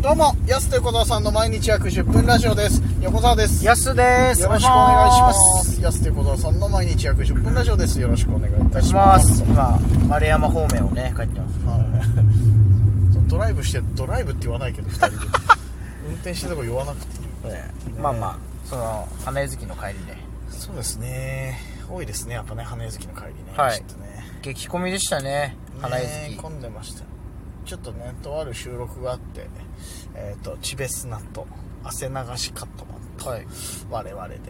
どうも、やすと横澤さんの毎日約10分ラジオです。横澤です。やすです。よろしくお願いします。やすと横澤さんの毎日約10分ラジオです。よろしくお願いいおた願いししまます。す。今、丸山方面をね、帰ってます。はいそうドライブして、ドライブって言わないけど、二人で。運転してたとこ言わなくて。 まあまあ、その、花江月の帰りで。そうですね。多いですね。やっぱね、花江月の帰りね。はいちょっとね。激混みでしたね、花江ね月。混んでましたちょっとねとある収録があってえっ、とチベスナと汗流しカットマンと、はい我々で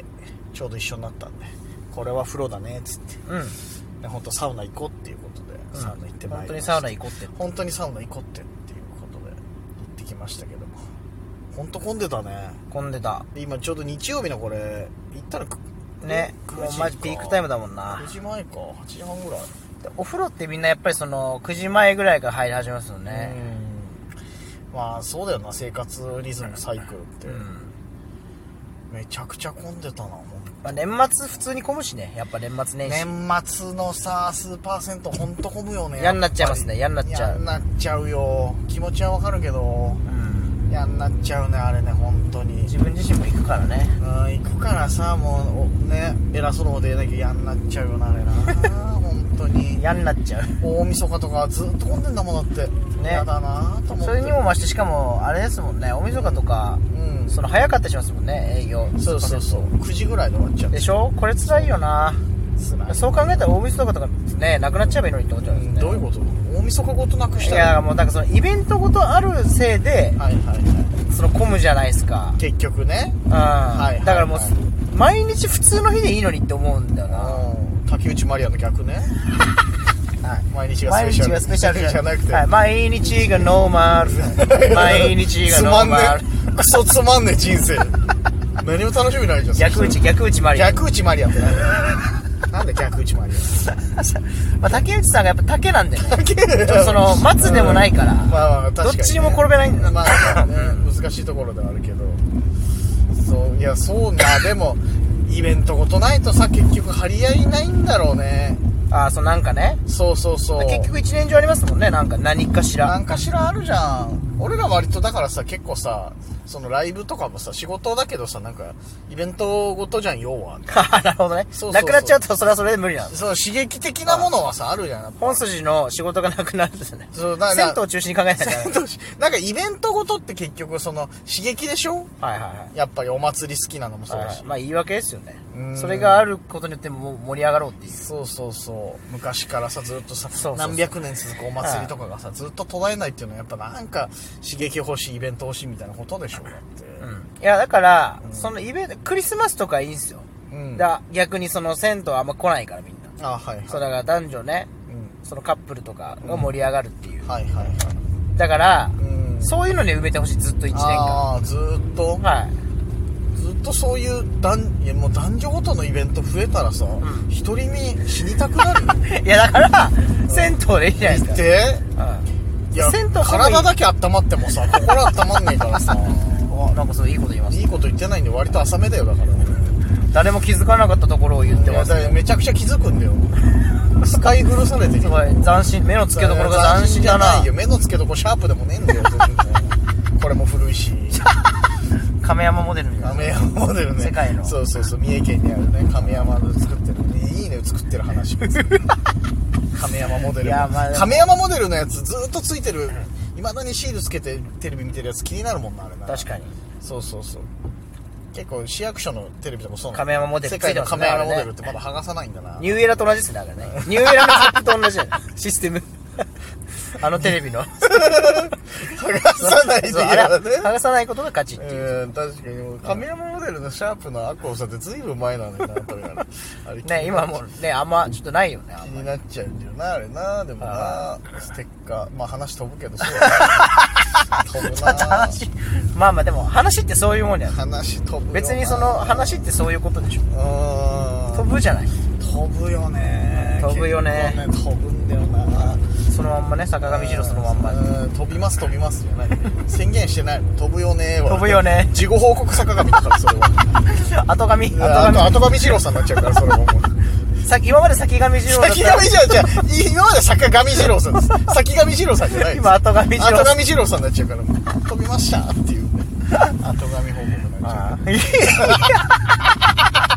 ちょうど一緒になったんでこれは風呂だねっつって、うん。ね、本当サウナ行こうっていうことで、サウナ行ってまい本当りまにしたサウナ行こうって。本当にサウナ行こうってっていうことで行ってきましたけども本当混んでたね混んでた。で今ちょうど日曜日のこれ行ったらくね。くも9う時マジピークタイムだだもんな9。時前か8時半ぐらいでお風呂ってみんなやっぱりその、9時前ぐらいから入り始めますよね。うんまあそうだよな生活リズムサイクルって、うん。めちゃくちゃ混んでたなほんとまあ、年末普通に混むしね。やっぱ年末年始。年末のさスーパーセントほんと混むよね嫌になっちゃいますねやぱり嫌になっちゃ嫌うになっちゃうよ気持ちはわかるけどうん。嫌になっちゃうねあれね本当に自分自身も行くからね。うん行くからさもうおね偉そうなこと言えなきゃ嫌になっちゃうよなあ れな本当に嫌になっちゃう。大晦日とかずっと混んでんだもんだって、ね嫌だなと思ってそれにも増して、しかも、あれですもんね、大晦日とか、うんその早かったりしますもんね営業そうそうそう9時ぐらいで終わっちゃうでしょこれ辛いよな辛いそう考えたら大晦日とかねなくなっちゃえばいいのにって思っちゃうんですねどういうこと大晦日ごとなくしいたやらもうなんかそのイベントごとあるせいではいはいはその混むじゃないですかい結局ねうん、いはいだからもうす毎日普通の日でいいのにって思うんだよなうん竹内まりやの逆 ねはい毎日がス毎ペシャ日ルがスペシャルじゃなくて、はい、毎日がノー マル毎日がつノまーんねマルえクソつまんねえ人 生何も楽しみないじゃん逆打ち逆打ちマリオ逆内まりやって何なんで逆内まりや まあ、竹内さんがやっぱ竹なんでね竹ちょっとその松でもないから、まあまあ確かに、ね、どっちにも転べないんだまあ、ね、難しいところではあるけどそういやそうなでもイベントごとないとさ結局張り合いないんだろうねああそうなんかねそうそうそう結局一年中ありますもんねなんか何かしならんかしらあるじゃん俺ら割とだからさ結構さそのライブとかもさ仕事だけどさなんかイベントごとじゃん要は なるほどねそうそうそうなくなっちゃうとそれはそれで無理なんですその刺激的なものはさあるじゃんやっぱ本筋の仕事がなくなるんですよねそうだだ銭湯を中心に考えな いとダメ戦闘しなんかイベントごとって結局その刺激でしょはいはいはいやっぱりお祭り好きなのもそうだし、まあ言い訳ですよねうんそれがあることによってもう盛り上がろうっていうそうそうそう昔からさずっとさそうそうそう何百年続くお祭りとかがさ、ずっと途絶えないっていうのはやっぱなんか刺激欲しいイベント欲しいみたいなことでしょうだってうんいやだから、そのイベントクリスマスとかいいんですよ、うん、だから逆にその銭湯あんま来ないからみんなあはいはいそうだから男女ねうんそのカップルとかが盛り上がるっていう、はいはいはいだから、うんそういうのに埋めてほしいずっと1年間ああずーっとはいずっとそういう男いやもう男女ごとのイベント増えたらさ、ん独り身死にたくなるよいやだから、銭湯でいい じゃないですか。でいや銭湯ほぼいい体だけ温まっても さ心温まんねえからさうん。あなんかそういいこと言いましいいこと言ってないんで割と浅めだよだからた。誰も気づかなかったところを言っていまやす。だからめちゃくちゃ気づくんだよ 使い古されてるすごい、斬新。目の付けどころが斬新だじゃなない。よ目の付けどころシャープでもねえんだよ全然 これも古いし亀山モデルみたいな。亀山モデルね世界のそうそうそう三重県にあるね亀山の作ってるねいいね作ってる話亀山モデルいやまあ亀山モデルのやつずっとついてるいまだにシールつけてテレビ見てるやつ気になるもんなあれな確かに。そうそうそう結構市役所のテレビとかもそうなの亀山モデル世界のついてま亀すね山モデあれルねってまだ剥がさないんだなニューエラと同じですね、だからね。ニューエラのカップと同じだよ システム。 あのテレビの。剥がさないでそうあやれらね剥がさないことが勝ちっていう。えー、確かにもう亀山モデルのシャープのアクオさんってずいぶん前なんだよなこれがあれね、今もうね、あんまちょっとないよね。あ気んまになっちゃうんだよなあれなでもなステッカーまあ話飛ぶけどそうだな飛ぶな 話、まあまあでも話ってそういうもんじゃん。話飛ぶよな別にその話ってそういうことでしょ。うーん飛ぶじゃない。飛ぶよね飛ぶよね結構ね飛ぶんだよなそのまんまね、坂上二郎そのまんま。うん飛びます飛びますじゃない宣言してないもん飛ぶよねは飛ぶよね。事後 報告坂上だからそれは後髪後あ髪と後上二郎さんになっちゃうからそれももうさ 今まで先上二郎だっ先たら上二郎じゃあ今まで坂上二郎さんです先上二郎さんじゃないです今後上二郎後上二郎さんになっちゃうからもう飛びましたっていう 後上報告になっちゃ ああいや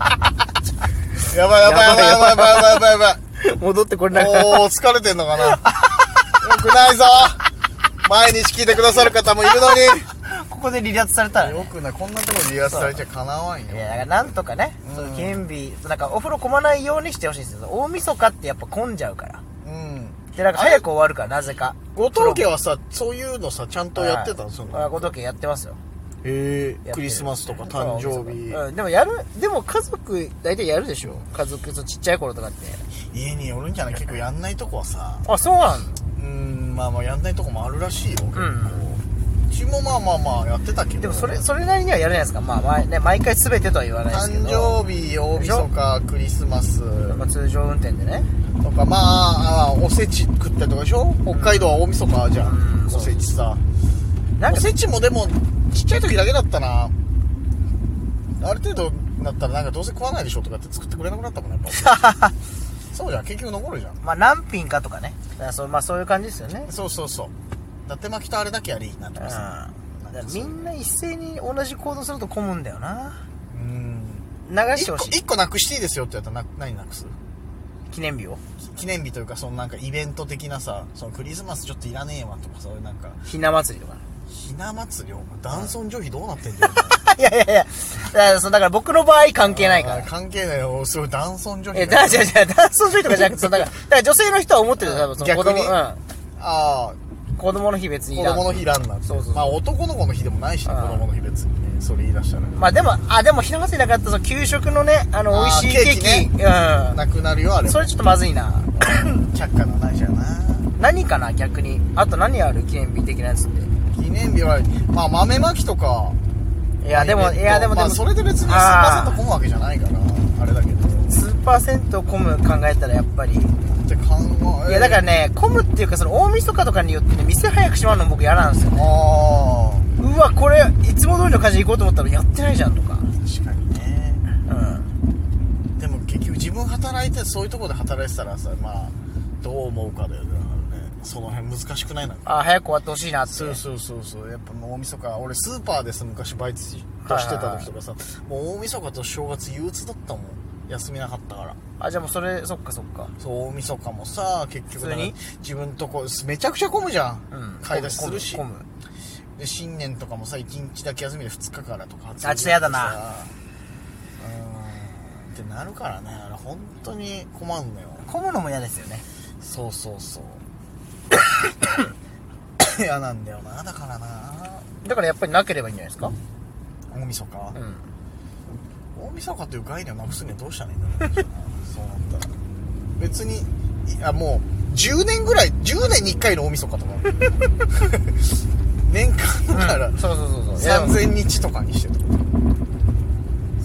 うやばいやばいやばいやばいやばいやばいやばい戻ってこれなくなるおー疲れてんのか なよくないぞ毎日聞いてくださる方もいるのここで離脱されたらにね よくないこんなところでリアスされちゃかなわんよいやだからなんとかね、うんその準備なんかお風呂混まないようにしてほしいんですよ大晦日ってやっぱ混んじゃうからうんでなんか早く終わるからなぜか後藤家はさそういうのさちゃんとやってたのはいそあのごとけやってますよへえやってるクリスマスとか誕生日うんでもやるでも家族大体やるでしょ家族そうちっちゃい頃とかって家によるんじゃない結構やんないとこはさあそうなんうんまあまあやんないとこもあるらしいよ結構、ううんちもまあまあまあやってたけどでもそれそれなりにはやるじゃないですかまあ毎,、ね、毎回全てとは言わないですけ誕ど生日大晦日クリスマスまあ、通常運転でねとかまああおせち食ったりとかでしょ北海道は大晦日じゃん、うんおせちさなんおかせちもでもちっちゃい時だけだったなある程度になったらなんかどうせ食わないでしょとかって作ってくれなくなったもんねやっ ぱそうじゃん結局残るじゃんまあ何品かとかねだからそうまあそういう感じですよねそうそうそう伊達巻きとあれだけやりなんとうんかださからみんな一斉に同じ行動すると混むんだよなうん流し一て個ほしい一個なくしていいですよってやったらな何なくす記念日をき記念日というかそのなんかイベント的なさそのクリスマスちょっといらねえわとかそういうなんかひな祭りとかひな祭りお前男尊女卑どうなってんだよ いやいやいやだからそうだから僕の場合関係ないかあらー関係ないよすごい男尊女え、卑だだ、よじゃじゃ男尊女卑とかじゃなくて、そうだから、だから女性の人は思ってるよ、多分、その子供、逆にうあん。子供の日別あにい子らん供の日ランナーってそうそうそうまあ男の子の日でもないしねあ子ー供の日別にねそれ言い出したらまあでも、あ、でも、ひな祭りだからって、その給食のね、あの、美あー味しいケーキ、ケーキなくなるよあうん。れそれちょっとまずいな。却下のないじゃんな何かな、逆に。あと何ある記念日的なやつって。記念日はまあ豆まきとかいや、でまも、あいや、でも、でまあも、それで別にあ100%混むわけじゃないからあれだけどっー数パーセント混む考えたら、やっぱり。いて考えや、だからね、混むっていうか、その、大晦日とかによってね、店早く閉まるの僕嫌なんですよね。ああうわ、これ、いつも通りの感じで行こうと思ったら、やってないじゃん、とか。確かにねうん。でも結局自分働いてそういうところで働いてたらさまあどう思うかだよねその辺難しくないなんかあー、早く終わってほしいなって。そうそうそうそうやっぱもう大晦日俺スーパーです昔バイトしてた時とかさもう大晦日と正月憂鬱だったもん休みなかったからあ、じゃあもうそれ、そっかそっか。そう大晦日もさ結局だから普通に自分とこめちゃくちゃ混むじゃん、うん。買い出しするし混む。混むで新年とかもさ1日だけ休みで2日からとかちょっとやだなうーんってなるからねあれ本当に困るのよ混むのも嫌ですよね。そうそうそう 嫌なんだよなだからなだからやっぱりなければいいんじゃないですか大晦日、うん。大晦日という概念をなくすにはどうしたらいいんだろうなそうなったら別にいやもう10年ぐらい10年に1回の大晦日とか 年間だから、うんそうそうそうそう。 3000日とかにしてる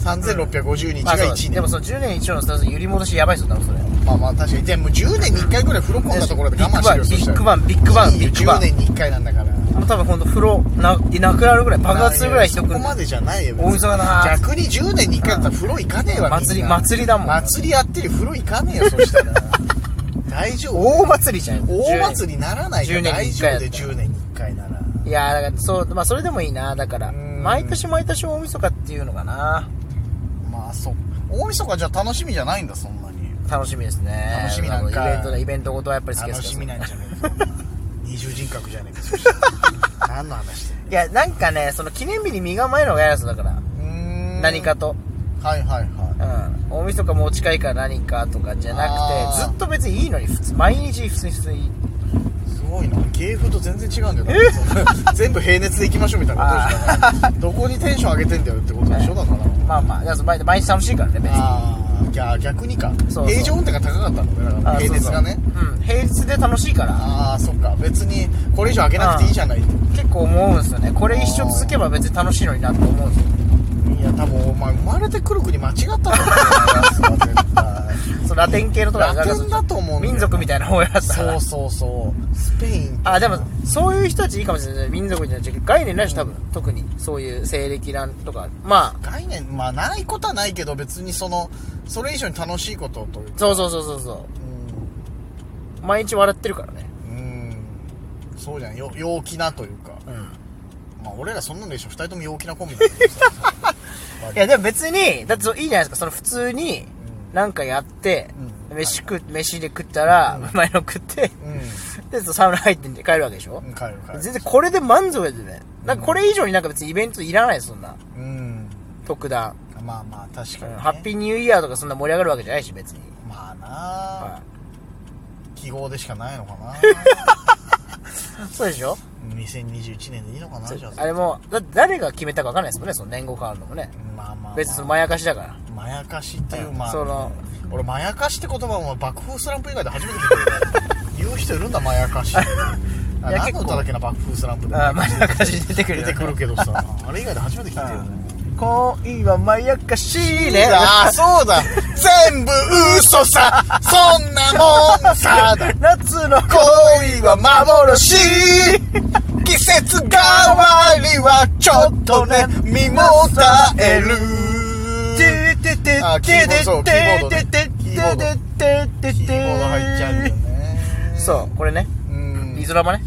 3650日まがあそ1うだ年、でもその10年一応のスタ揺り戻しやばいですよ、多分それ。まあまあ確かにでも10年に1回ぐらい風呂込んだところで我慢してるよビそしたッらグバン、ビッグバン、ビッグバン、いいビよ10年ッグに1回なんだからバン。もう多分ほんと風呂な、なくなるぐらい、爆発するぐらい人来そこ。るまでじゃないよ大晦日だな逆に10年に1回だったら風呂行かねえわ祭り、祭りだもん。祭りやってる風呂行かねえよそした ら大丈夫大祭りじゃん。大祭り。りならないから10年大に一丈回夫だったでら10年に1回ならいやーだからそう、まあそれでもいいな、だから。うん毎年毎年大晦日っていうのかな。まあそう大晦日じゃ楽しみじゃないんだそんなに楽しみですね。楽しみなんかイベントだ、イベントごとはやっぱり好きで楽すからしみなんじゃね えかそんな二重人格じゃねえかそしたら 何の話してんいや、なんかね、その記念日に身構えるのが嫌ですだから。の何かと。はいはいはうん。大晦日持ち帰りから何かとかじゃなあくて、ーずっと別にいいのに、普通、毎日普通に普通に。いすごいな芸風と全然違うんだよな全部平熱でいきましょうみたいなことでし ょだからどこにテンション上げてんだよってことでしょだからまあまあ、だからその毎毎日楽しいからね、別に。あー逆逆にかそうそう平常運転が高かったんだよだかあらー平熱がねそうそううん。平日で楽しいから、ああそっか別にこれ以上上げなくていいじゃないって結構思うんですよね。これ一生続けば別に楽しいのになって思うんですよ。 いや多分お前生まれてくる国間違ったと思うよ安は絶対そうラテン系のとこラテンだと思うんだよ民族みたいな方やったかそらうそうそうスペインあでもそういう人たちいいかもしれない民族じゃない概念ないでしょ多分、特にそういう西暦なんとかまあ概念まあないことはないけど別にそのそれ以上に楽しいことというかそうそうそうそうそうんう毎日笑ってるからねうんそうじゃんよ陽気なというかうんまあ俺らそんなのでしょ2人とも陽気なコンビだけど さいやでも別にだってそういいじゃないですかその普通にうんなんかやって、うん飯食う飯で食ったら、うまいの食ってうでサウナ入って帰るわけでしょ、ん帰る帰る全然これで満足やでねなんかこれ以上になんか別にイベントいらないですそんなうん特段、まあまあ確かに、うんね、ハッピーニューイヤーとかそんな盛り上がるわけじゃないし別に、まあなあ、は記号でしかないのか ない、そうでしょ2021年でいいのかなじゃあれもだって誰が決めたか分かんないですもんねその年号変わるのもねまあまあ、まあ、別にそのまやかしだからまやかしっていう、うんまあその俺まやかしって言葉も爆風スランプ以外で初めて聞いた言う人いるんだまやかし ってあい何やの結構歌だっけな爆風スランプであまやかし出てくる出よてくるけどさあれ以外で初めて聞いたよね恋はまやかしいねああそうだ全部嘘さそんなもんさ だ夏の恋は 幻季節変わりはちょっとね身もたえるあキーボードそうキーボードねキーボードキーボード入っちゃうんだよねそうこれねううんリゾラマね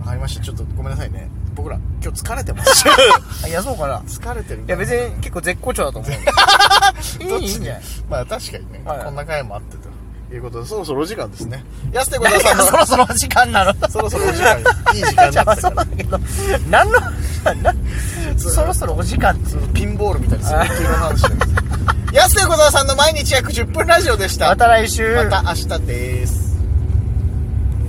わかりましたちょっとごめんなさいね僕ら今日疲れてます あいやそうかない疲れてるや別に結構絶好調だと 思どうっいいいいちんじゃないまあ確かにね、はいこんな回もあってということでそろそろお時間ですね安手小田さんのそろそろ時間なのそろそろお時間 いい時間になってきたそうかだけど何の なそろそろお時間ってらピンボールみたいなすごい急な話なんです安手小沢さんの毎日約10分ラジオでしたまた来週また明日です